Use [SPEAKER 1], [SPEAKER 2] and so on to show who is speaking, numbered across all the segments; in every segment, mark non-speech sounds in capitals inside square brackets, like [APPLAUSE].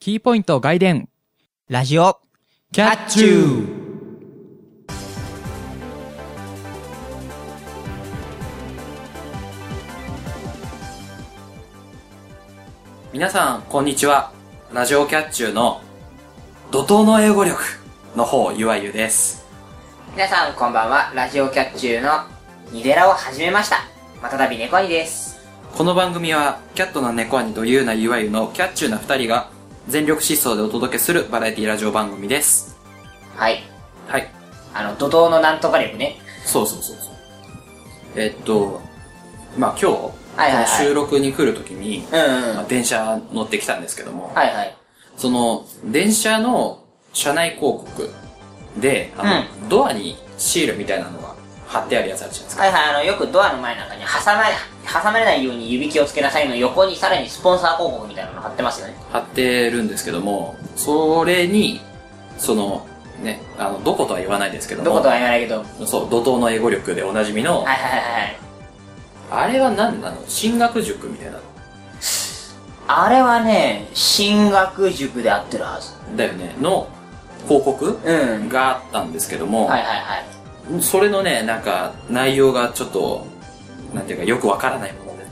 [SPEAKER 1] キーポイント外伝。
[SPEAKER 2] ラジオ、
[SPEAKER 1] キ
[SPEAKER 2] ャッチュ
[SPEAKER 1] ー
[SPEAKER 3] 皆さん、こんにちは。ラジオキャッチューの怒涛の英語力の方、ゆわゆです。
[SPEAKER 2] 皆さんこんばんは、ラジオキャッチューのニデラを始めました。またたび猫兄です。
[SPEAKER 3] この番組は、キャットな猫兄とゆうなゆわゆのキャッチューな二人が全力疾走でお届けするバラエティラジオ番組です。
[SPEAKER 2] はい。
[SPEAKER 3] はい。
[SPEAKER 2] あの、怒涛のなんとか力ね。
[SPEAKER 3] そうそうそうそう。えっと、まあ今日、
[SPEAKER 2] はいはいはい
[SPEAKER 3] この収録に来るときに、
[SPEAKER 2] うんうん。
[SPEAKER 3] まあ
[SPEAKER 2] は
[SPEAKER 3] 電車乗ってきたんですけども、
[SPEAKER 2] いはい。
[SPEAKER 3] その、電車の車内広告で、あの、ドアにシールみたいなのが貼ってあるやつあるじゃないですか。
[SPEAKER 2] はいはい、あの、よくドアの前なんかに挟まれ、挟まれないように指気をつけなさいの横にさらにスポンサー広告みたいなの貼ってますよね。
[SPEAKER 3] 貼ってるんですけども、それに、その、ね、あの、どことは言わないですけども、
[SPEAKER 2] どことは言わないけど。はい
[SPEAKER 3] そう、怒涛の英語力でおなじみの、
[SPEAKER 2] はいはいはい。
[SPEAKER 3] あれは何なの進学塾みたいなの
[SPEAKER 2] あれはね、進学塾で合ってるはず。
[SPEAKER 3] だよね、の広告
[SPEAKER 2] うん。
[SPEAKER 3] があったんですけども、
[SPEAKER 2] はいはいはい。
[SPEAKER 3] それのね、なんか、内容がちょっと、なんていうか、よくわからないもので、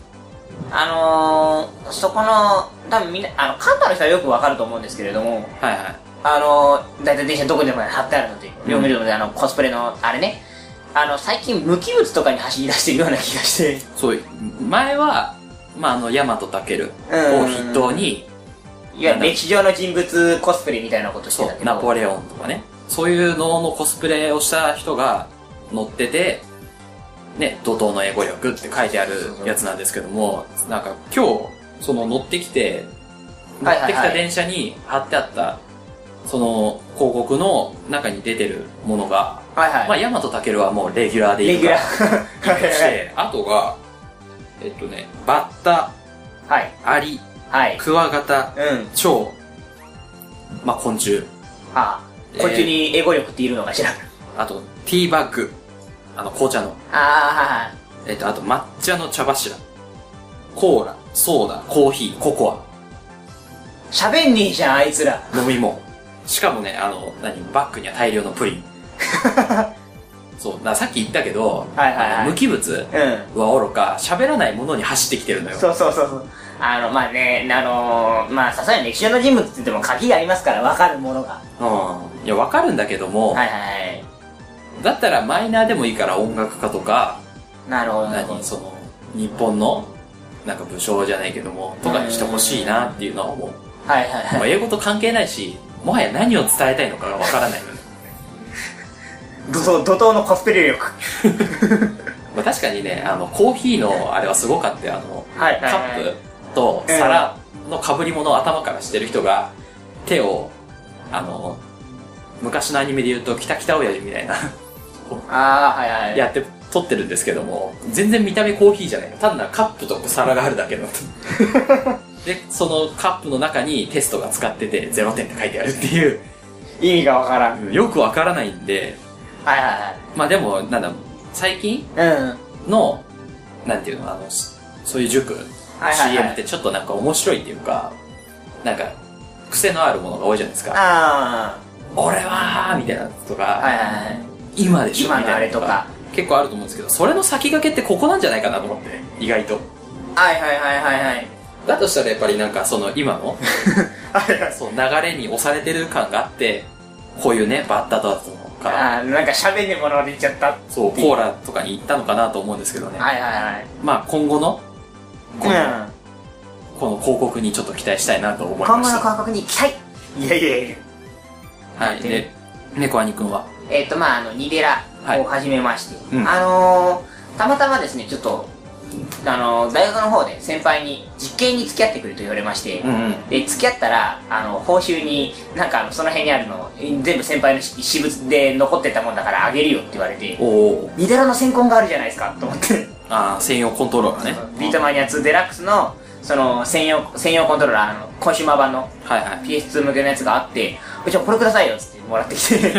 [SPEAKER 2] あのー、そこの、多分みんな、あの、関東の人はよくわかると思うんですけれども、
[SPEAKER 3] はいはい。
[SPEAKER 2] あのー、だいたい電車どこでも貼ってあるので、
[SPEAKER 3] ん
[SPEAKER 2] 両目でもねあの、コスプレの、あれね、あの、最近無機物とかに走り出してるような気がして、
[SPEAKER 3] そう、前は、まあ、あの、ヤマトタケルを筆頭に、
[SPEAKER 2] いわゆる歴史上の人物コスプレみたいなことして
[SPEAKER 3] そ
[SPEAKER 2] たけ
[SPEAKER 3] う、
[SPEAKER 2] ど、
[SPEAKER 3] ナポレオンとかね。そういうののコスプレをした人が乗ってて、ね、怒涛の英語力って書いてあるやつなんですけども、なんか今日、その乗ってきて、乗
[SPEAKER 2] はい
[SPEAKER 3] っ
[SPEAKER 2] は
[SPEAKER 3] て
[SPEAKER 2] い
[SPEAKER 3] き
[SPEAKER 2] はい
[SPEAKER 3] た電車に貼ってあった、その広告の中に出てるものが、
[SPEAKER 2] はいはい。
[SPEAKER 3] まあ、ヤマトタケルはもうレギュラーでい
[SPEAKER 2] レ
[SPEAKER 3] い
[SPEAKER 2] ギ
[SPEAKER 3] か
[SPEAKER 2] ュ
[SPEAKER 3] ら
[SPEAKER 2] ラ。ー。
[SPEAKER 3] そして、あとが、えっとね、バッタ、
[SPEAKER 2] はい。
[SPEAKER 3] アリ、
[SPEAKER 2] はい。
[SPEAKER 3] クワガタ、
[SPEAKER 2] うん。
[SPEAKER 3] 蝶、まあ、昆虫。
[SPEAKER 2] ああ、こっちに英語力っているのかしら。
[SPEAKER 3] あと、ティーバッグ。あの、紅茶の。
[SPEAKER 2] ああ、
[SPEAKER 3] えっと、あと、抹茶の茶柱。コーラ、ソーダ、コーヒー、ココ
[SPEAKER 2] 喋んねえじゃん、あいつら。
[SPEAKER 3] ア、飲み物。しかもね、あの、何、バッグには大量のプ
[SPEAKER 2] [LAUGHS]
[SPEAKER 3] リン。そう、なさっき言ったけど、
[SPEAKER 2] はいはいはい
[SPEAKER 3] あの無機物
[SPEAKER 2] うん。
[SPEAKER 3] はおろか、喋らないものに走ってきてるのよ。
[SPEAKER 2] そうそうそうそう。あの、まあね、あのー、まあ、さすがに歴史上の人物って言っても鍵がありますから、わかるものが。
[SPEAKER 3] うん。いや、わかるんだけども、
[SPEAKER 2] はいはいはい。
[SPEAKER 3] だったらマイナーでもいいから音楽家とか、
[SPEAKER 2] なるほど、なるほ
[SPEAKER 3] 何
[SPEAKER 2] ど。
[SPEAKER 3] その、日本の、なんか武将じゃないけども、とかにしてほしいなっていうのは思う。
[SPEAKER 2] はいはい
[SPEAKER 3] まあ
[SPEAKER 2] はい。
[SPEAKER 3] 英語と関係ないし、もはや何を伝えたいのかがわからないよ
[SPEAKER 2] [LAUGHS]
[SPEAKER 3] ね。
[SPEAKER 2] 怒涛、怒涛のコスプレ力。
[SPEAKER 3] まあ確かにね、あの、コーヒーのあれはすごかったよあの、
[SPEAKER 2] はい
[SPEAKER 3] カップと
[SPEAKER 2] ええ
[SPEAKER 3] 皿の被り物を頭からしてる人が、手を、あの、昔のアニメで言うと、キタキタ親父みたいな、
[SPEAKER 2] ああ、はいはい。
[SPEAKER 3] やって、撮ってるんですけども、全然見た目コーヒーじゃない。単なるカップと皿があるだけ
[SPEAKER 2] [LAUGHS]
[SPEAKER 3] の。で、そのカップの中にテストが使ってて、0点って書いてあるっていう、
[SPEAKER 2] 意味がわからん。
[SPEAKER 3] よくわからないんで、
[SPEAKER 2] はいは
[SPEAKER 3] まあでも、なんだ、最近
[SPEAKER 2] いはい。うん。
[SPEAKER 3] の、なんていうの、あの、そそういう塾、
[SPEAKER 2] はいはい
[SPEAKER 3] CM ってちょっとなんか面白いっていうか、なんか、癖のあるものが多いじゃないですか。
[SPEAKER 2] あ
[SPEAKER 3] 俺はーみたいなとか、
[SPEAKER 2] あ、はいはいはい。
[SPEAKER 3] 今でしょ
[SPEAKER 2] 今
[SPEAKER 3] み
[SPEAKER 2] のあ
[SPEAKER 3] たい
[SPEAKER 2] れ
[SPEAKER 3] な
[SPEAKER 2] とか。
[SPEAKER 3] 結構あると思うんですけど、それの先駆けってここなんじゃないかなと思って、意外と。
[SPEAKER 2] はいはいはいはいはい。
[SPEAKER 3] だとしたらやっぱりなんかその今の、
[SPEAKER 2] はいはい。
[SPEAKER 3] そう流れに押されてる感があって、こういうね、バッタだとか、
[SPEAKER 2] ああ、なんか喋んねえものが出ちゃった。は
[SPEAKER 3] そう、コーラとかに行ったのかなと思うんですけどね
[SPEAKER 2] い。はいはい。
[SPEAKER 3] まあ今後の、この
[SPEAKER 2] うん。
[SPEAKER 3] この広告にちょっと期待したいなと思い
[SPEAKER 2] 今
[SPEAKER 3] ま
[SPEAKER 2] 後
[SPEAKER 3] した。
[SPEAKER 2] の広告に期待いやいやいや。
[SPEAKER 3] はい。で、猫兄くんは。
[SPEAKER 2] えっ、と、まあ、あの、ニデラ
[SPEAKER 3] はい
[SPEAKER 2] を始めまして、
[SPEAKER 3] うん
[SPEAKER 2] あのー、たまたまですね、ちょっと、あのー、大学の方で先輩に実験に付き合ってくると言われまして、
[SPEAKER 3] んうん。
[SPEAKER 2] で、付き合ったら、あの、報酬に、なんかあの、その辺にあるの、全部先輩の私私物で残ってたもんだからあげるよって言われて、
[SPEAKER 3] おお。
[SPEAKER 2] ニデラの先婚があるじゃないですか、と思って。
[SPEAKER 3] ああ、専用コントローラーね。
[SPEAKER 2] ビートマニア2デラックスの、その、専用、専用コントローラー、あの、コンシューマー版の
[SPEAKER 3] はいはい。
[SPEAKER 2] PS2 向けのやつがあって、じゃあこれくださいよっつってもらってきて。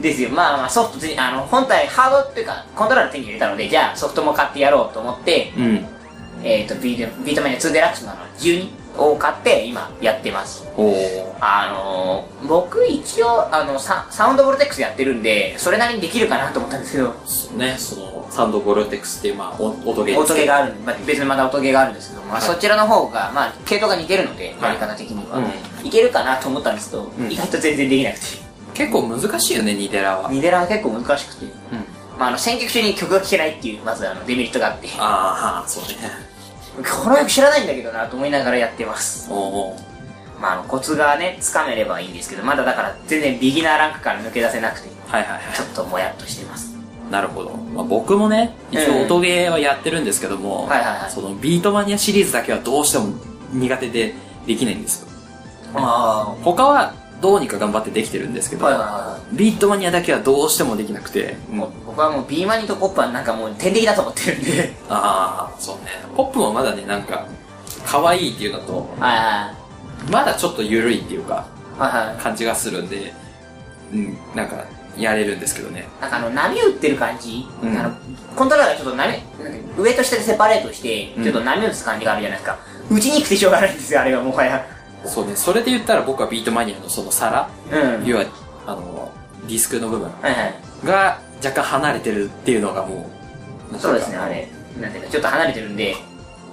[SPEAKER 2] ですよ。まあまあソフトつい、あの、本体、ハードっていうか、コントローラー手に入れたので、じゃあソフトも買ってやろうと思って、
[SPEAKER 3] うん。
[SPEAKER 2] ええっ、とビート、ビートマニア2デラックスのあの12を買って、今やってます。
[SPEAKER 3] おー
[SPEAKER 2] あのー僕一応、あのサ、サウンドボルテックスやってるんで、それなりにできるかなと思ったんですけ [LAUGHS] ど、
[SPEAKER 3] そうね、その、サンドボルテックスっていう、まあ、お音ゲー
[SPEAKER 2] 音ゲーがあるんで、まあ、別にまだ音ゲーがあるんですけど、ま
[SPEAKER 3] は
[SPEAKER 2] あ、
[SPEAKER 3] い
[SPEAKER 2] そちらの方が、まあ、系統が似てるので、
[SPEAKER 3] は
[SPEAKER 2] や
[SPEAKER 3] い
[SPEAKER 2] り方的には、
[SPEAKER 3] う
[SPEAKER 2] いけるかなと思ったんですけど、
[SPEAKER 3] ん
[SPEAKER 2] 意外と全然できなくて。
[SPEAKER 3] 結構難しいよね、ニデラは。
[SPEAKER 2] ニデラは結構難しくて、
[SPEAKER 3] うん。
[SPEAKER 2] まあ、あの、選曲中に曲が聴けないっていう、まずあの、デメリットがあって、こ
[SPEAKER 3] ああ、そうね。
[SPEAKER 2] の曲知らないんだけどなと思いながらやってます。
[SPEAKER 3] おお。
[SPEAKER 2] まあ、あの、コツがね、掴めればいいんですけど、まだだから全然ビギナーランクから抜け出せなくて、
[SPEAKER 3] はいはいはい。
[SPEAKER 2] ちょっともやっとしてます。
[SPEAKER 3] なるほど。まあ、僕もね、一
[SPEAKER 2] ええ
[SPEAKER 3] 応音ゲーはやってるんですけども、
[SPEAKER 2] はいはいはい
[SPEAKER 3] そのビートマニアシリーズだけはどうしても苦手でできないんですよ。
[SPEAKER 2] あ
[SPEAKER 3] 他はどうにか頑張ってできてるんですけど、
[SPEAKER 2] はいはいは
[SPEAKER 3] ビートマニアだけはどうしてもできなくて、
[SPEAKER 2] い。もう、僕はもうビーマニとポップはなんかもう天敵だと思ってるん
[SPEAKER 3] [LAUGHS]
[SPEAKER 2] で、
[SPEAKER 3] ああ、そうね。ポップもまだね、なんか、可愛いっていうのと、
[SPEAKER 2] はいはい。
[SPEAKER 3] まだちょっと緩いっていうか、
[SPEAKER 2] はいは
[SPEAKER 3] 感じがするんで、うん、なんか、やれるんですけどね。
[SPEAKER 2] い。なんかあの、波打ってる感じ、
[SPEAKER 3] うん
[SPEAKER 2] あの、コントローラーがちょっと波、なんか上と下でセパレートして、
[SPEAKER 3] うん
[SPEAKER 2] ちょっと波打つ感じがあるじゃないですか。打ちにくくてしょうがないんですよ、あれはもはや。
[SPEAKER 3] そうね、それで言ったら僕はビートマニアのその皿、
[SPEAKER 2] うん。はい
[SPEAKER 3] 要は、あの、ディスクの部分
[SPEAKER 2] はい。
[SPEAKER 3] が若干離れてるっていうのがもう、なんか
[SPEAKER 2] そうですね、あ。れ。なんていうか、ちょっと離れてるんで、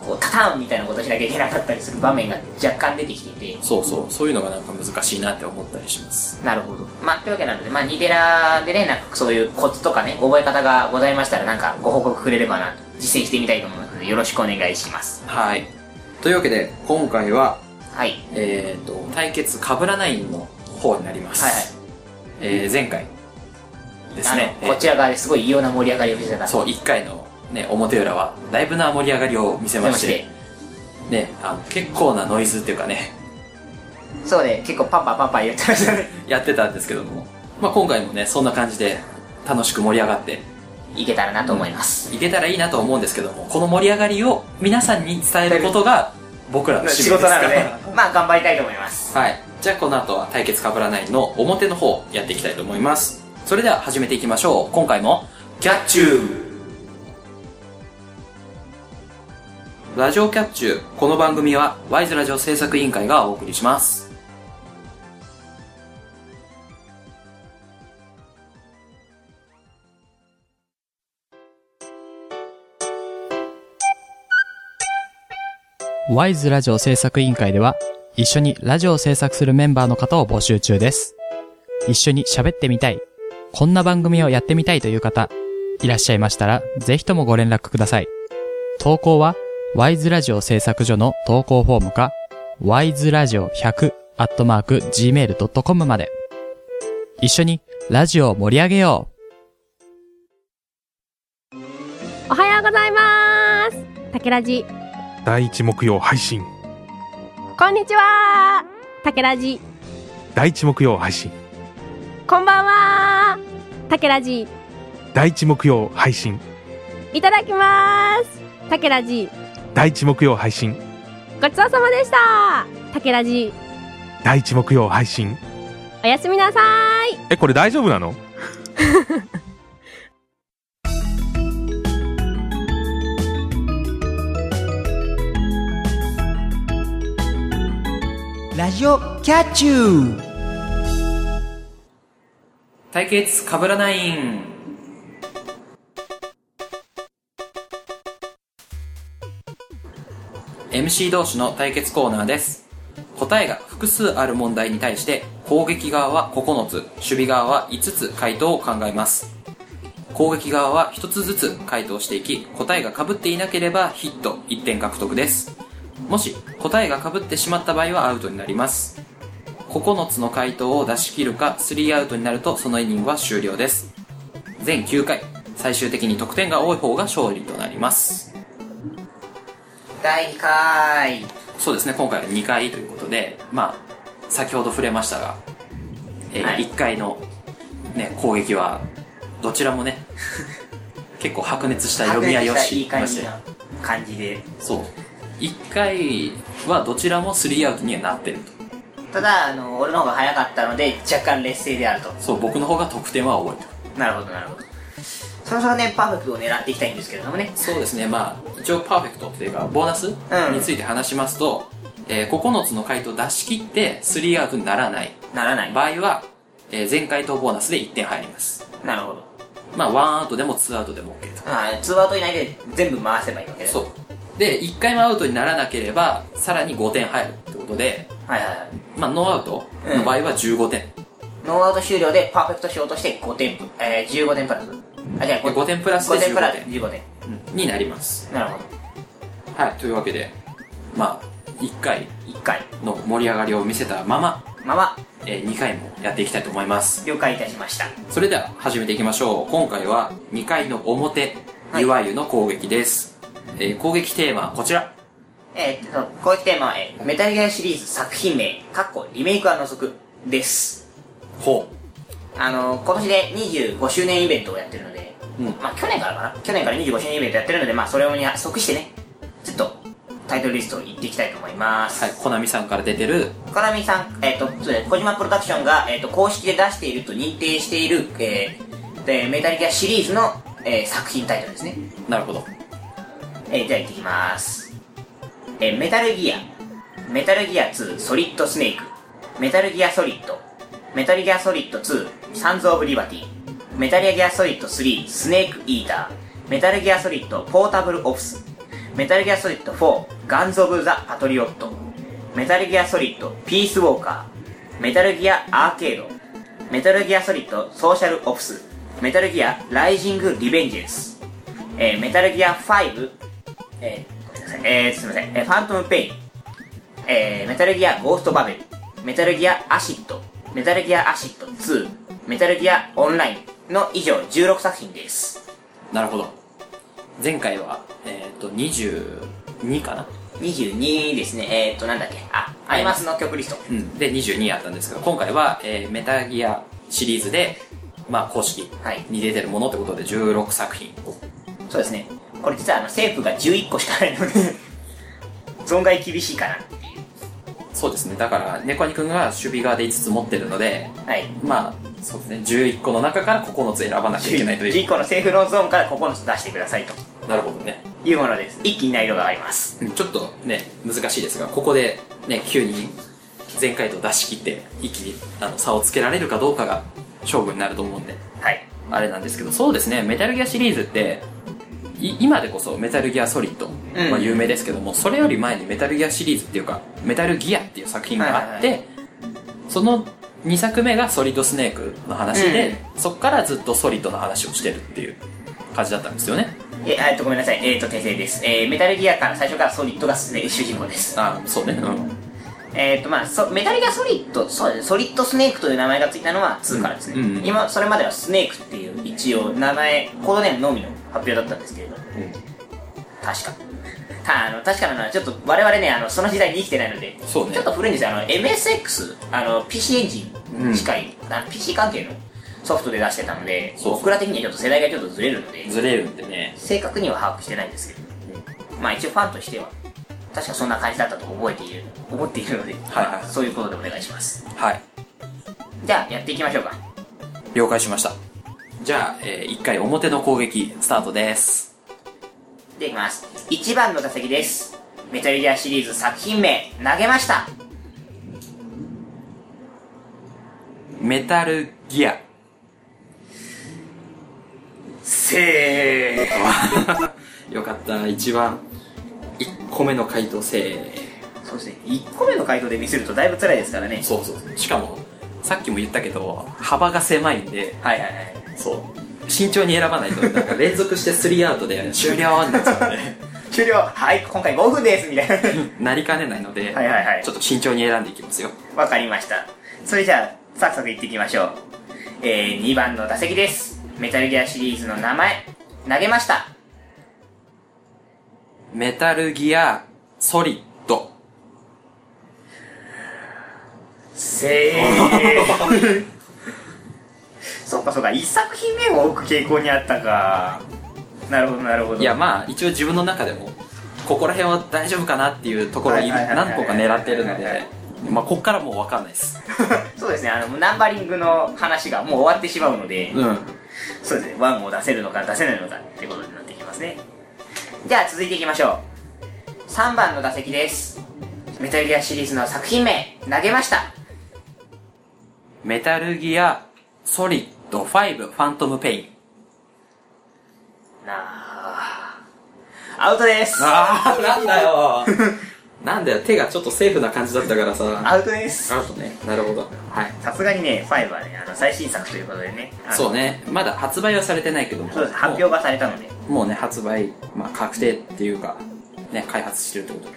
[SPEAKER 2] こう、タターンみたいなことしなきゃいけなかったりする場面が若干出てきていて、
[SPEAKER 3] そうそう、そういうのがなんか難しいなって思ったりします。
[SPEAKER 2] なるほど。まあ、というわけなので、まあ、ニデラでね、なんかそういうコツとかね、覚え方がございましたら、なんかご報告くれればなと、実践してみたいと思いますので、よろしくお願いします。
[SPEAKER 3] はい。というわけで、今回は、
[SPEAKER 2] はい。
[SPEAKER 3] えっ、と、対決かぶらないの方になります。
[SPEAKER 2] はいはい
[SPEAKER 3] えー前回ですね。
[SPEAKER 2] あの、こちら側ですごい異様な盛り上がりを見せた。
[SPEAKER 3] そう、1回のね、表裏は、だいぶな盛り上がりを見せまして、ね、あの結構なノイズっていうかね、
[SPEAKER 2] そうね、結構パンパンパンパン言ってましたね。 [LAUGHS]
[SPEAKER 3] やってたんですけども、まあ今回もね、そんな感じで、楽しく盛り上がって、
[SPEAKER 2] いけたらなと思います。
[SPEAKER 3] いけたらいいなと思うんですけども、この盛り上がりを皆さんに伝えることが、僕らの仕
[SPEAKER 2] 仕
[SPEAKER 3] 事
[SPEAKER 2] 事
[SPEAKER 3] ですか
[SPEAKER 2] なので
[SPEAKER 3] ら。、
[SPEAKER 2] [LAUGHS] まあ頑張りたいと思います。
[SPEAKER 3] はい。じゃあこの後は対決かぶらないの表の方やっていきたいと思います。それでは始めていきましょう。今回も、キャッチューラジオキャッチュー。この番組は、ワイズラジオ制作委員会がお送りします。
[SPEAKER 1] ワイズラジオ制作委員会では、一緒にラジオを制作するメンバーの方を募集中です。一緒に喋ってみたい、こんな番組をやってみたいという方、いらっしゃいましたら、ぜひともご連絡ください。投稿は、ワイズラジオ制作所の投稿フォームか、ワイズラジオ100アットマーク gmail.com まで。一緒にラジオを盛り上げよう
[SPEAKER 4] おはようございます。竹ラジ。
[SPEAKER 5] 第一木曜配信
[SPEAKER 4] こんにちは。竹ラジ。
[SPEAKER 5] 第一木曜配信
[SPEAKER 4] こんばんは。竹ラジ。
[SPEAKER 5] 第一木曜配信
[SPEAKER 4] いただきます。竹ラジ。
[SPEAKER 5] 第一木曜配信
[SPEAKER 4] ごちそうさまでした。竹ラジ。
[SPEAKER 5] 第一木曜配信
[SPEAKER 4] おやすみなさい。
[SPEAKER 5] えこれ大丈夫なの
[SPEAKER 6] ラジオキャッチュー
[SPEAKER 3] 対決かぶらないん。MC 同士の対決コーナーです。答えが複数ある問題に対して、攻撃側は9つ、守備側は5つ回答を考えます。攻撃側は1つずつ回答していき、答えが被っていなければヒット1点獲得です。もし答えが被ってしまった場合はアウトになります。9つの回答を出し切るか3アウトになるとそのイニングは終了です全9回最終的に得点が多い方が勝利となります
[SPEAKER 2] 第2回。
[SPEAKER 3] そうですね今回は2回ということでまあ先ほど触れましたが、えー
[SPEAKER 2] はい
[SPEAKER 3] 1回の、ね、攻撃はどちらも
[SPEAKER 2] [LAUGHS]
[SPEAKER 3] ね結構白熱した読み合いを
[SPEAKER 2] いい
[SPEAKER 3] し
[SPEAKER 2] 感
[SPEAKER 3] まし
[SPEAKER 2] じ
[SPEAKER 3] て
[SPEAKER 2] な感じで。
[SPEAKER 3] そう1回はどちらも3アウトにはなってると
[SPEAKER 2] ただ、あの、俺の方が早かったので、若干劣勢であると。
[SPEAKER 3] そう僕の方が得点は多いと
[SPEAKER 2] なるほど、なるほど。そろそろね、パーフェクトを狙っていきたいんですけれどもね。
[SPEAKER 3] そうですね、まあ、一応パーフェクトっていうか、ボーナスについて話しますと、えー9つの回答出し切って3アウトにならない
[SPEAKER 2] ならない。
[SPEAKER 3] 場合は、えー全回答ボーナスで1点入ります。
[SPEAKER 2] なるほど。
[SPEAKER 3] まあ、1アウトでも2アウトでも OK と。
[SPEAKER 2] ああ、ツーアウト以内で全部回せばいいわけです。
[SPEAKER 3] そう。で、1回もアウトにならなければ、さらに5点入るってことで、
[SPEAKER 2] はいはいはい。
[SPEAKER 3] まあ、ノーアウトの場合は15点。
[SPEAKER 2] ノーアウト終了でパーフェクトしようとして5点、えー、15点プラス。あ、じゃあ
[SPEAKER 3] 5点プラスで
[SPEAKER 2] 5点プラス
[SPEAKER 3] 15
[SPEAKER 2] 15点。
[SPEAKER 3] うんになります。
[SPEAKER 2] なるほど。
[SPEAKER 3] はい、というわけで、まあ、1回
[SPEAKER 2] 1回。
[SPEAKER 3] の盛り上がりを見せたまま、
[SPEAKER 2] まま、
[SPEAKER 3] え2回もやっていきたいと思います。
[SPEAKER 2] 了解いたしました。
[SPEAKER 3] それでは始めていきましょう。今回は2回の表、
[SPEAKER 2] はい
[SPEAKER 3] いわゆの攻撃です。えー攻撃テーマはこちら。
[SPEAKER 2] えー、と、こういったテーマは、えーメタルギアシリーズ作品名、かっこリメイクは除く、です。
[SPEAKER 3] ほ
[SPEAKER 2] あのー、今年で25周年イベントをやってるので、
[SPEAKER 3] うん
[SPEAKER 2] まあ去年からかな去年から25周年イベントやってるので、まあそれに即してね、ちょっとタイトルリストを言っていきたいと思います。
[SPEAKER 3] はい、コナミさんから出てる、
[SPEAKER 2] コナミさん、えっ、と、そうです小島プロダクションが、えっ、と、公式で出していると認定している、えー、でメタルギアシリーズの、えー作品タイトルですね。
[SPEAKER 3] なるほど。
[SPEAKER 2] えー、じゃあ行ってきます。えー、メタルギア、メタルギア2ソリッドスネーク、メタルギアソリッド、メタルギアソリッド2サンズオブリバティ、メタルギアソリッド3スネークイーター、メタルギアソリッドポータブルオフス、メタルギアソリッド4ガンズオブザパトリオット、メタルギアソリッドピースウォーカー、メタルギアアーケード、メタルギアソリッドソーシャルオフス、メタルギアライジングリベンジェンス、えー、メタルギア5、えー、ごめんなさい、えー、すみません、えー、ファントムペイン、えー、メタルギアゴーストバベル、メタルギアアシッド、メタルギアアシッド2、メタルギアオンラインの以上16作品です。
[SPEAKER 3] なるほど。前回は、えっ、と、22かな
[SPEAKER 2] 22ですね、えーっと、なんだっけ、あ、アイマスの曲リスト。
[SPEAKER 3] うん。で、22やったんですけど、今回は、えーメタギアシリーズで、まあ、公式
[SPEAKER 2] はい
[SPEAKER 3] に出てるものってことで16作品。
[SPEAKER 2] そうですね、これ実はあの、政府が11個しかないので、 [LAUGHS] 存外厳しいかな。
[SPEAKER 3] そうですね。だから、猫ニくんが守備側で5つ持ってるので、
[SPEAKER 2] はい。
[SPEAKER 3] まあ、そうですね。11個の中から9つ選ばなきゃいけないとい
[SPEAKER 2] 11個の政府のゾーンから9つ出してくださいと
[SPEAKER 3] う。なるほどね。
[SPEAKER 2] いうものです。一気に難易度が上がります。
[SPEAKER 3] うんちょっとね、難しいですが、ここでね、急に前回と出し切って、一気にあの差をつけられるかどうかが勝負になると思うんで、
[SPEAKER 2] はい。
[SPEAKER 3] あれなんですけど、そうですね、メタルギアシリーズって、い今でこそメタルギアソリッド、
[SPEAKER 2] うん
[SPEAKER 3] まあ、有名ですけども、それより前にメタルギアシリーズっていうか、メタルギアっていう作品があって、
[SPEAKER 2] は
[SPEAKER 3] その2作目がソリッドスネークの話で、そっからずっとソリッドの話をしてるっていう感じだったんですよね。
[SPEAKER 2] え、あえっと、ごめんなさい。えっ、と、訂正です。えーメタルギアから、最初からソリッドがすね主人公です。
[SPEAKER 3] あそうね、うん。
[SPEAKER 2] えっ、と、まあ、そメタルギアソリッド、そうですソリッドスネークという名前がついたのは2からですね。
[SPEAKER 3] うんうん
[SPEAKER 2] 今、それまではスネークっていう、一応、名前、コードネームのみの発表だったんですけれど、確か。たあの、確かなのは、ちょっと、我々ね、あの、その時代に生きてないので、
[SPEAKER 3] そうね
[SPEAKER 2] ちょっと古いんですよ。あの、MSX、あの、PC エンジンに近い、あの PC 関係のソフトで出してたので、
[SPEAKER 3] そうそう
[SPEAKER 2] 僕ら的にはちょっと世代がちょっとずれるので、
[SPEAKER 3] ずれるんでね、
[SPEAKER 2] 正確には把握してないんですけど、まあ一応ファンとしては確かそんな感じだったと覚えている思っているので、
[SPEAKER 3] はいはい
[SPEAKER 2] そういうことでお願いします
[SPEAKER 3] はい。
[SPEAKER 2] じゃあやっていきましょうか
[SPEAKER 3] 了解しました。じゃあ、え1回表の攻撃、スタートです。
[SPEAKER 2] でいきます1番の打席ですメタルギアシリーズ作品名投げました
[SPEAKER 3] メタルギア。
[SPEAKER 2] せ
[SPEAKER 3] [LAUGHS]
[SPEAKER 2] ー
[SPEAKER 3] よかった、一番、1個目の回答せ
[SPEAKER 2] そうですね1個目の回答でミスるとだいぶ辛いですからね
[SPEAKER 3] そうそう。しかも、さっきも言ったけど、幅が狭いんで、
[SPEAKER 2] はいはいはい
[SPEAKER 3] そう。慎重に選 [LAUGHS] ばないと、なんか連続して3アウトで終了になっち [LAUGHS] ゃうんで、
[SPEAKER 2] 終了はい今回5分ですみたい [LAUGHS] な
[SPEAKER 3] なりかねないので、
[SPEAKER 2] はいはいはい
[SPEAKER 3] ちょっと慎重に選んでいきますよ。
[SPEAKER 2] わかりました。それじゃあ、早速行ってきましょう。えー、2番の打席です。メタルギアシリーズの名前、投げました。
[SPEAKER 3] メタルギア、ソリッド。[LAUGHS]
[SPEAKER 2] せーそうかそうか、1作品目を置く傾向にあったか。なるほどなるほど。
[SPEAKER 3] いや、まあ、一応自分の中でも、ここら辺は大丈夫かなっていうところを
[SPEAKER 2] はいはいはいはい
[SPEAKER 3] 何個か狙ってるの
[SPEAKER 2] はいはい
[SPEAKER 3] で
[SPEAKER 2] は、
[SPEAKER 3] まあ、こっからもう分かんないです。
[SPEAKER 2] そうですね、あの、ナンバリングの話がもう終わってしまうので、
[SPEAKER 3] うん。
[SPEAKER 2] そうですね、ワンを出せるのか出せないのかってことになってきますね。じゃあ続いていきましょう。3番の打席です。メタルギアシリーズの作品名、投げました。
[SPEAKER 3] メタルギア、ソリッド5、ファントムペイン。
[SPEAKER 2] なあアウトです。
[SPEAKER 3] ああ、なんだよ。 [LAUGHS] なんだよ、手がちょっとセーフな感じだったからさ。
[SPEAKER 2] アウトです。
[SPEAKER 3] アウトね。なるほど。はい。
[SPEAKER 2] さすがにね、5はね、あの、最新作ということでね。あの
[SPEAKER 3] そうね。まだ発売はされてないけども。
[SPEAKER 2] そうです、発表がされたので。
[SPEAKER 3] もう。もうね、発売、まあ確定っていうか、ね、開発してるってこ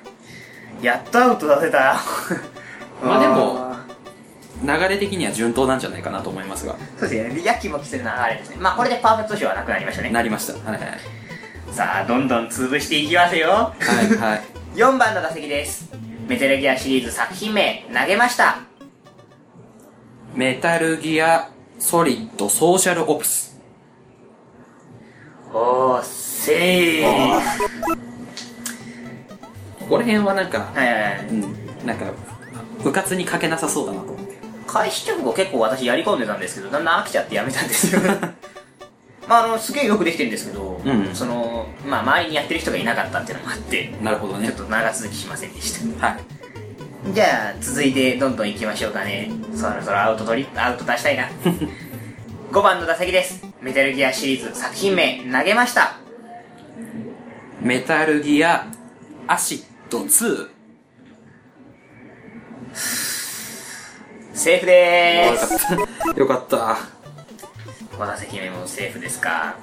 [SPEAKER 3] と。
[SPEAKER 2] やっとアウト出せた。
[SPEAKER 3] [LAUGHS] まあでも、流れ的には順当なんじゃないかなと思いますが。
[SPEAKER 2] そうですね、やきもきする流れですね。まあこれでパーフェクト賞はなくなりましたね。
[SPEAKER 3] なりました。はいはい。
[SPEAKER 2] さあ、どんどん潰していきますよ。
[SPEAKER 3] はいはい。
[SPEAKER 2] 4番の打席です。メタルギアシリーズ作品名、投げました。
[SPEAKER 3] メタルギア、ソリッド、ソーシャルオプス。
[SPEAKER 2] おー、せー。は
[SPEAKER 3] ここら辺はなんか、
[SPEAKER 2] いはいはい。
[SPEAKER 3] うん、なんか、部活にかけなさそうだなと思って。
[SPEAKER 2] 開始直後結構私やり込んでたんですけど、だんだん飽きちゃってやめたんで
[SPEAKER 3] [LAUGHS]
[SPEAKER 2] すよ。まああの、すげえよくできてるんですけど、
[SPEAKER 3] うん
[SPEAKER 2] その、まあ周りにやってる人がいなかったっていうのもあって、
[SPEAKER 3] なるほど
[SPEAKER 2] ちょっ
[SPEAKER 3] ね。
[SPEAKER 2] と長続きしませんでした。
[SPEAKER 3] はい。
[SPEAKER 2] じゃあ、続いてどんどん行きましょうかね。そろそろアウト取り、アウト出し
[SPEAKER 3] [LAUGHS]
[SPEAKER 2] たいな。5番の打席です。メタルギアシリーズ作品名、投げました。
[SPEAKER 3] メタルギア、アシッド2。
[SPEAKER 2] セーフでーす。
[SPEAKER 3] よかった。
[SPEAKER 2] 5打席目もセーフですか。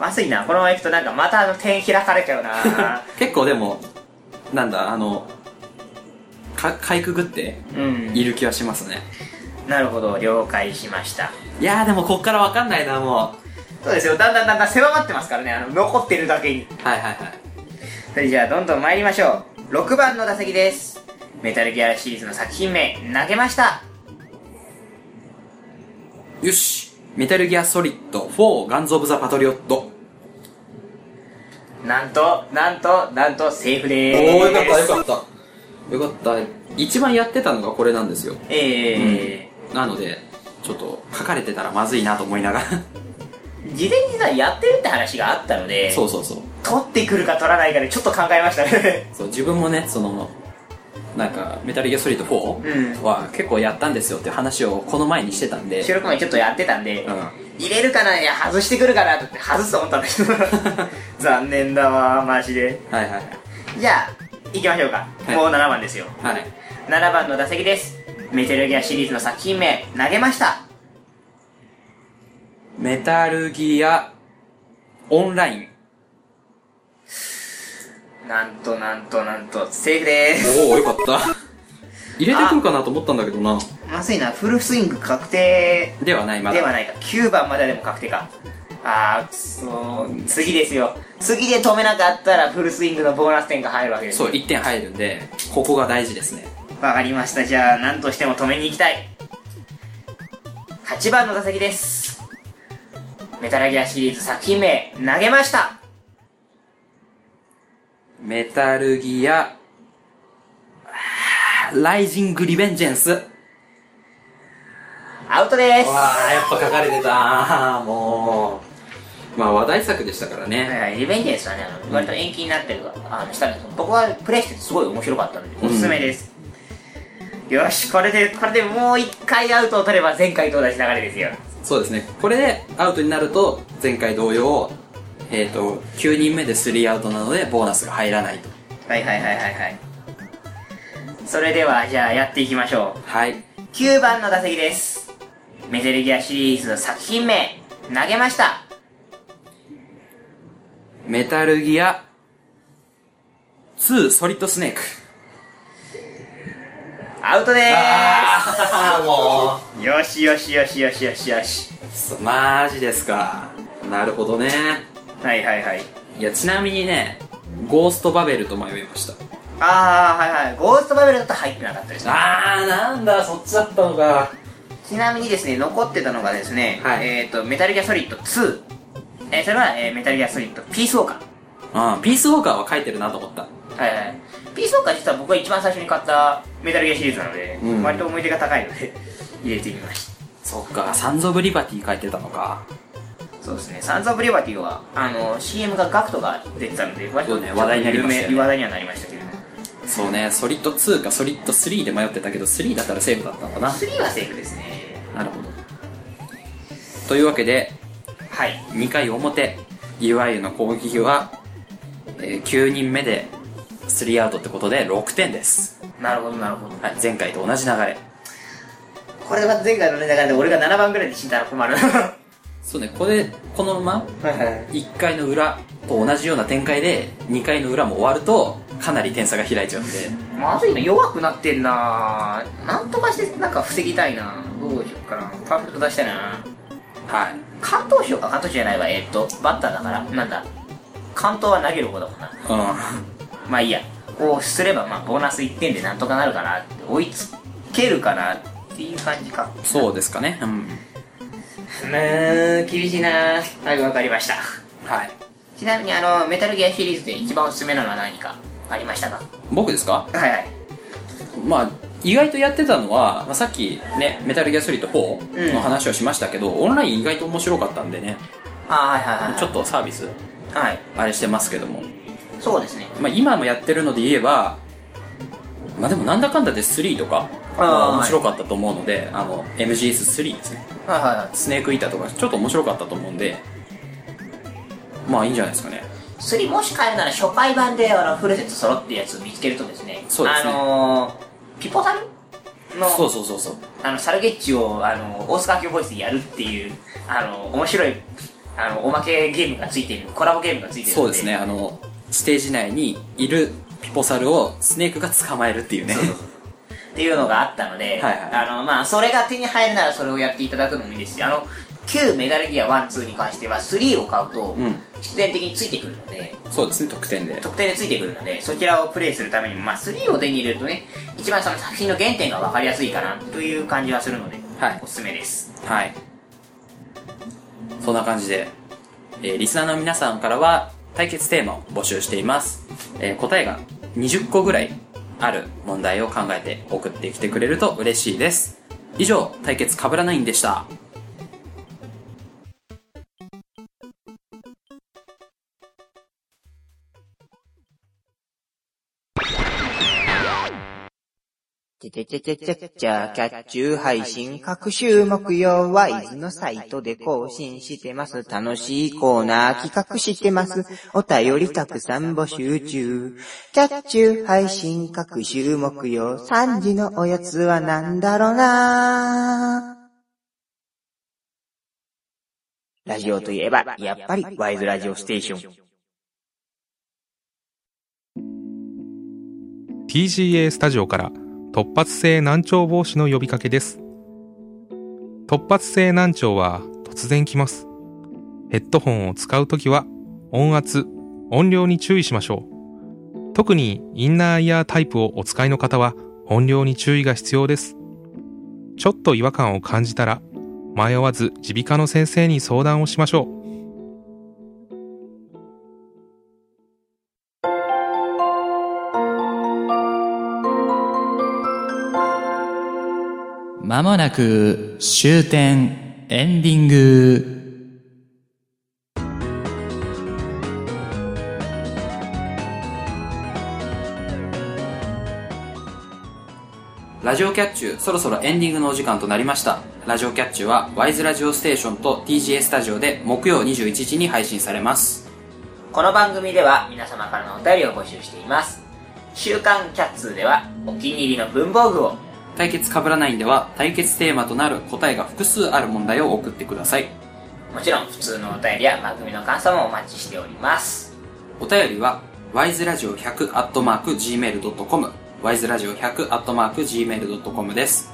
[SPEAKER 2] まずいな。このまま行くとなんかまたあの点開かれちゃ
[SPEAKER 3] [LAUGHS]
[SPEAKER 2] うな
[SPEAKER 3] 結構でも、なんだ、あの、か、かいくぐって
[SPEAKER 2] うん。
[SPEAKER 3] いる気はしますね。
[SPEAKER 2] なるほど、了解しました。
[SPEAKER 3] いやーでもこっからわかんないな、もう。
[SPEAKER 2] そうですよ。だんだんだんだん狭まってますからね。あの、残ってるだけに。
[SPEAKER 3] はいはいはい。
[SPEAKER 2] それじゃあ、どんどん参りましょう。6番の打席です。メタルギアシリーズの作品名、投げました。
[SPEAKER 3] よしメタルギアソリッド4ガンズ・オブ・ザ・パトリオット。
[SPEAKER 2] なんと、なんと、なんと、セーフ
[SPEAKER 3] お
[SPEAKER 2] で
[SPEAKER 3] ー、
[SPEAKER 2] ーす。
[SPEAKER 3] よかったよかった。よかった。一番やってたのがこれなんですよ。
[SPEAKER 2] え
[SPEAKER 3] なので、ちょっと書かれてたらまずいなと思いながら。
[SPEAKER 2] ー、事前にさ、やってるって話があったので、
[SPEAKER 3] そうそうそう。
[SPEAKER 2] 取ってくるか取らないかでちょっと考えました
[SPEAKER 3] [LAUGHS]
[SPEAKER 2] ね。
[SPEAKER 3] そう自分もねそのなんかメタルギアソリッド
[SPEAKER 2] う
[SPEAKER 3] 4
[SPEAKER 2] ん
[SPEAKER 3] は結構やったんですよって話をこの前にしてたんで、
[SPEAKER 2] 収録前にちょっとやってたんで、
[SPEAKER 3] う
[SPEAKER 2] 入れるかないや、外してくるかなと思って、外すと思ったんだ
[SPEAKER 3] [LAUGHS]
[SPEAKER 2] けど。残念だわ、マジで。
[SPEAKER 3] ん、はいはい
[SPEAKER 2] じゃあ、行きましょうか。
[SPEAKER 3] はい
[SPEAKER 2] もう7番ですよ。
[SPEAKER 3] はい
[SPEAKER 2] 7番の打席です。メタルギアシリーズの作品名、投げました。
[SPEAKER 3] メタルギアオンライン
[SPEAKER 2] なんとなんとなんと、セーフでーす。
[SPEAKER 3] おおよかった入れてくるかなと思ったんだけどな
[SPEAKER 2] まずいな、フルスイング確定
[SPEAKER 3] ではないま
[SPEAKER 2] では
[SPEAKER 3] だ
[SPEAKER 2] ないか。9番まででも確定か。あー、くそー次ですよ。次で止めなかったらフルスイングのボーナス点が入るわけです。
[SPEAKER 3] そう1点入るんでここが大事ですね
[SPEAKER 2] わかりました。じゃあ、何としても止めに行きたい。8番の打席です。メタルギアシリーズ作品名、投げました。
[SPEAKER 3] メタルギアあーライジング・リベンジェンスわ
[SPEAKER 2] アウトです。
[SPEAKER 3] あやっぱ書かれてたもうまあ話題作でしたからね、
[SPEAKER 2] はいリベンジですはね、あの割と延期になってるから、あの、したんですけど僕はプレイしててすごい面白かったので、おすすめです。よし、これで、これでもう一回アウトを取れば前回と同じ流れですよ。
[SPEAKER 3] そうですね。これでアウトになると、前回同様、えっ、と、9人目で3アウトなので、ボーナスが入らないと。
[SPEAKER 2] はいはいはいはいはい。それでは、じゃあやっていきましょう。
[SPEAKER 3] はい。
[SPEAKER 2] 9番の打席です。メタルギアシリーズの作品名、投げました。
[SPEAKER 3] メタルギア、2ソリッドスネーク。
[SPEAKER 2] アウトで
[SPEAKER 3] ああ、も
[SPEAKER 2] ーす。よしよしよしよしよしよし。
[SPEAKER 3] う。マジですか。なるほどね。
[SPEAKER 2] はいはいはい。
[SPEAKER 3] いや、ちなみにね、ゴーストバベルと迷いました。
[SPEAKER 2] あー、はいはい。ゴーストバベルだと入ってなかったですね。
[SPEAKER 3] ああ、なんだ、そっちだったのか。
[SPEAKER 2] ちなみにですね、残ってたのがですね、
[SPEAKER 3] はい
[SPEAKER 2] えっ、と、メタルギアソリッド2。えーそれは、えーメタルギアソリッドピースウォーカ
[SPEAKER 3] うん、ピースウォーカーは書いてるなと思った。
[SPEAKER 2] ー。はいはい。ピースウォーカー実は僕が一番最初に買ったメタルギアシリーズなので、
[SPEAKER 3] うん
[SPEAKER 2] 割と思い [LAUGHS] 出が高いので、入れてみました。
[SPEAKER 3] そっか、サンズ・オブ・リバティ書いてたのか。
[SPEAKER 2] そうですね、サンズ・オブ・リバティは、あの、CM がガクトが出てたので、割
[SPEAKER 3] そうね話題になりましたよね
[SPEAKER 2] 有名話題にはなりましたけれども。
[SPEAKER 3] そうね、ソリッド2かソリッド3で迷ってたけど、3だったらセーフだったのかな。
[SPEAKER 2] 次はセーフですね。
[SPEAKER 3] なるほど。というわけで、
[SPEAKER 2] はい。
[SPEAKER 3] 2回表、UI の攻撃は、えー9人目で3アウトってことで6点です。
[SPEAKER 2] なるほど、なるほど。
[SPEAKER 3] はい、前回と同じ流れ。
[SPEAKER 2] これは前回のね、だからね俺が7番ぐらいで死んだら困る。 [LAUGHS] は
[SPEAKER 3] そうね、これ、このまま、
[SPEAKER 2] いはい。
[SPEAKER 3] 1回の裏と同じような展開で、2回の裏も終わると、かなり点差が開いちゃうんで、
[SPEAKER 2] まずいな、弱くなってんななんとかして、なんか防ぎたいなどうしようかな。パーフェクト出したいな
[SPEAKER 3] はい。
[SPEAKER 2] 関東賞か関東賞じゃないわ。えーっと、バッターだから、なんだ。関東は投げる方だもんな。
[SPEAKER 3] う
[SPEAKER 2] まあいいや。こうすれば、まあ、ボーナス1点でなんとかなるかな。追いつけるかなっていう感じか。
[SPEAKER 3] ん。そうですかね。うん。
[SPEAKER 2] うーん、厳しいなはい、わかりました。
[SPEAKER 3] はい。
[SPEAKER 2] ちなみに、あの、メタルギアシリーズで一番おすすめなのは何かありましたか
[SPEAKER 3] 僕ですか
[SPEAKER 2] はいはい。
[SPEAKER 3] まあ、意外とやってたのは、まあ、さっきね、メタルギアソリッド4の話をしましたけど、オンライン意外と面白かったんでね、
[SPEAKER 2] あはいはいはい。
[SPEAKER 3] ちょっとサービス、
[SPEAKER 2] と。はい。
[SPEAKER 3] あれしてますけども。
[SPEAKER 2] そうですね。
[SPEAKER 3] まあ、今もやってるので言えば、まあでもなんだかんだで3とか、
[SPEAKER 2] あ
[SPEAKER 3] ま
[SPEAKER 2] ー
[SPEAKER 3] あ
[SPEAKER 2] はい
[SPEAKER 3] 面白かったと思うので、あの、MGS3 ですね。
[SPEAKER 2] はいはいはい。
[SPEAKER 3] スネークイーターとか、ちょっと面白かったと思うんで、まあいいんじゃないですかね。
[SPEAKER 2] 3もし買えるなら初回版であのフルセット揃ってるやつを見つけるとですね、
[SPEAKER 3] そうですね
[SPEAKER 2] あのー、ピポタルの
[SPEAKER 3] そうそうそうそう。
[SPEAKER 2] あのサルゲッチをあの大塚明夫ボイスでやるっていうあの面白いあのおまけゲームがついてるコラボゲームがついてるので
[SPEAKER 3] そうですね、あの、ステージ内にいるピポサルをスネークが捕まえるっていうね。
[SPEAKER 2] っていうのがあったので、
[SPEAKER 3] はいはい
[SPEAKER 2] あのまあ、それが手に入るならそれをやっていただくのもいいですしあの旧メダルギア12に関しては3を買うと
[SPEAKER 3] うん
[SPEAKER 2] 必然的についてくるので、
[SPEAKER 3] そうですね、得点で。
[SPEAKER 2] 特定でついてくるので、そちらをプレイするためにも、まあ、3を手に入れるとね、一番その作品の原点が分かりやすいかなという感じはするので、
[SPEAKER 3] はい
[SPEAKER 2] おすすめです。
[SPEAKER 3] はい。そんな感じで、えーリスナーの皆さんからは対決テーマを募集しています。えー答えが20個ぐらいある問題を考えて送ってきてくれると嬉しいです。以上、対決かぶらないんでした。
[SPEAKER 6] ちゃちゃちゃちゃちゃちゃ、キャッチュー配信、各週木曜は伊豆のサイトで更新してます。楽しいコーナー企画してます。お便りたくさん募集中。キャッチュー配信、各週木曜、3時のおやつはなんだろうなラジオといえば、やっぱりワイズラジオステーション。
[SPEAKER 5] TCA スタジオから突発性難聴防止の呼びかけです突発性難聴は突然きますヘッドホンを使うときは音圧音量に注意しましょう特にインナーイヤータイプをお使いの方は音量に注意が必要ですちょっと違和感を感じたら迷わず耳鼻科の先生に相談をしましょう
[SPEAKER 1] まもなく終点エンディング。
[SPEAKER 3] ラジオキャッチュー、そろそろエンディングのお時間となりました。ラジオキャッチューは、ワイズラジオステーションと TGA スタジオで木曜21時に配信されます。
[SPEAKER 2] この番組では皆様からのお便りを募集しています。週刊キャッツーでは、お気に入りの文房具を、
[SPEAKER 3] 対決かぶらないんでは、対決テーマとなる答えが複数ある問題を送ってください。
[SPEAKER 2] もちろん普通のお便りや番組の感想もお待ちしております。
[SPEAKER 3] お便りは、wiseradio100-gmail.com、wiseradio100-gmail.com です。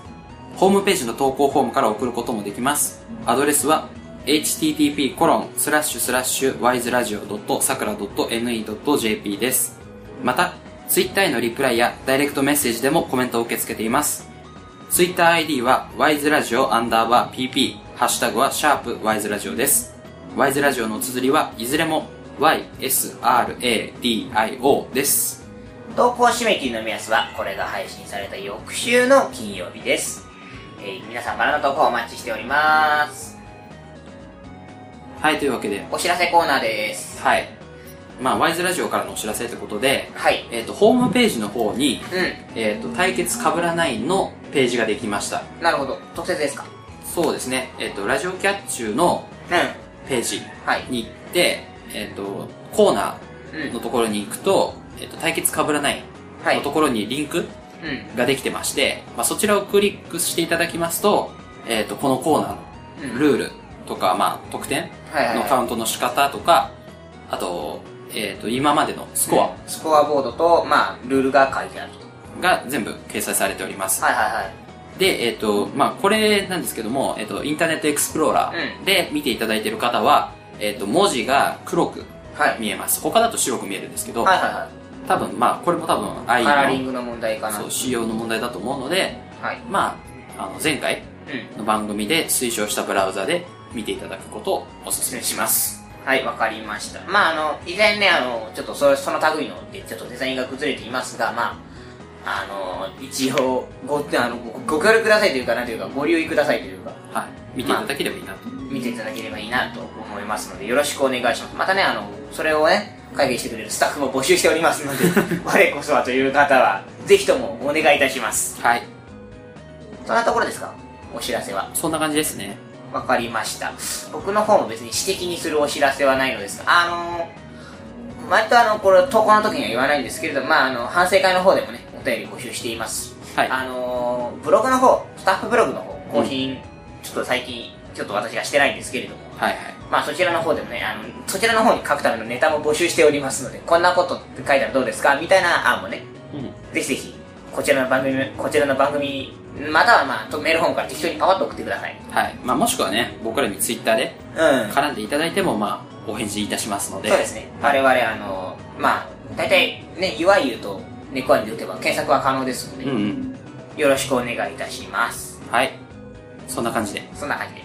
[SPEAKER 3] ホームページの投稿フォームから送ることもできます。アドレスは、http://wiseradio.sakura.ne.jp です。また、ツイッターへのリプライやダイレクトメッセージでもコメントを受け付けています。ツイッター ID は wiseradio アンダーバー pp、ハッシュタグはシャープ wiseradio です。wiseradio の綴りはいずれも ysradio です。
[SPEAKER 2] 投稿締め切りの目安は、これが配信された翌週の金曜日です。えー皆さんからの投稿をお待ちしております。
[SPEAKER 3] はい、というわけで、
[SPEAKER 2] お知らせコーナーです。
[SPEAKER 3] はい。まあ、ワイズラジオからのお知らせってことで、
[SPEAKER 2] はい。
[SPEAKER 3] えっ、と、ホームページの方に、
[SPEAKER 2] う
[SPEAKER 3] えっ、と、対決かぶらないのページができました。
[SPEAKER 2] ん。なるほど。特設ですか。
[SPEAKER 3] そうですね、えっ、と、ラジオキャッチューの
[SPEAKER 2] うん。
[SPEAKER 3] ページ
[SPEAKER 2] はい。
[SPEAKER 3] に行って、えっ、と、コーナーのところに行くと、えっ、と、対決かぶらない
[SPEAKER 2] はい。う
[SPEAKER 3] のところにリンク
[SPEAKER 2] ん。
[SPEAKER 3] ができてまして、まあ、そちらをクリックしていただきますと、えっ、と、このコーナー
[SPEAKER 2] うん。
[SPEAKER 3] のルールとか、まあ、得点
[SPEAKER 2] はいはい
[SPEAKER 3] のカウントの仕方とか、あと、えっ、と、今までのスコア
[SPEAKER 2] スコアボードと、まあ、ルールが書いてあると。
[SPEAKER 3] が全部掲載されております。
[SPEAKER 2] はいはいはい。
[SPEAKER 3] で、えっ、と、まあ、これなんですけども、えっ、と、インターネットエクスプローラーで見ていただいている方は、えっ、と、文字が黒く
[SPEAKER 2] はい。
[SPEAKER 3] 見えます。他だと白く見えるんですけど、
[SPEAKER 2] はいはいは
[SPEAKER 3] 多分、まあ、これも多分、ア
[SPEAKER 2] い。カラーリ
[SPEAKER 3] イ
[SPEAKER 2] ングの問題か
[SPEAKER 3] の
[SPEAKER 2] な。
[SPEAKER 3] そう仕様の問題だと思うので、
[SPEAKER 2] はい。
[SPEAKER 3] まあ、あの、前回
[SPEAKER 2] う
[SPEAKER 3] の番組で推奨したブラウザで見ていただくことをお勧めします。
[SPEAKER 2] ん。はい、わかりました。まあ、あの、以前ね、あの、ちょっとそれ、その類ので、ちょっとデザインが崩れていますが、まあ、あの、一応、ご、あの、ごご協力くださいというか、なんというか、ご留意くださいというか、
[SPEAKER 3] はい。見ていただければいいなと。
[SPEAKER 2] 見ていただければいいなと思いますので、よろしくお願いします。またね、あの、それをね、会議してくれるスタッフも募集しておりますので、 [LAUGHS] 我こそはという方は、ぜひともお願いいたします。
[SPEAKER 3] はい。
[SPEAKER 2] そんなところですかお知らせは。
[SPEAKER 3] そんな感じですね。
[SPEAKER 2] わかりました。僕の方も別に私的にするお知らせはないのですが、あのー、割とあの、これ投稿の時には言わないんですけれど、まああの、反省会の方でもね、お便り募集しています。
[SPEAKER 3] はい。
[SPEAKER 2] あのー、ブログの方、スタッフブログの方、更新、ちょっと最近、ちょっと私がしてないんですけれども、
[SPEAKER 3] はいはい。
[SPEAKER 2] まあそちらの方でもね、あの、そちらの方に書くためのネタも募集しておりますので、こんなことって書いたらどうですかみたいな案もね、
[SPEAKER 3] うん。
[SPEAKER 2] ぜひぜひ、こちらの番組、こちらの番組、またはまあ、とメールフォームから適当にパワッと送ってください。
[SPEAKER 3] はい。まあ、もしくはね、僕らにツイッターで
[SPEAKER 2] うん。
[SPEAKER 3] 絡んでいただいても、まあ、お返事いたしますので。
[SPEAKER 2] そうですね。我々、あの、まあ、大体、ね、いわゆると、猫に打てば検索は可能ですので、
[SPEAKER 3] うんうん。
[SPEAKER 2] よろしくお願いいたします。
[SPEAKER 3] はい。そんな感じで。
[SPEAKER 2] そんな感じで。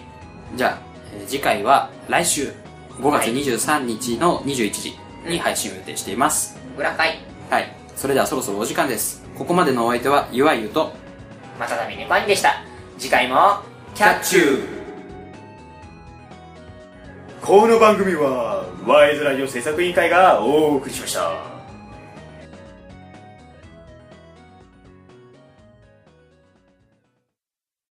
[SPEAKER 3] じゃあ、えー次回は来週5月23日の21時に配信を予定しています。
[SPEAKER 2] 裏会、
[SPEAKER 3] はい。それではそろそろお時間です。ここまでのお相手は、ゆわゆと、
[SPEAKER 2] またたび猫にでした。次回も、キャッチュー
[SPEAKER 3] ュー
[SPEAKER 7] この番組はワイズラジオ制作委員会がお送りしました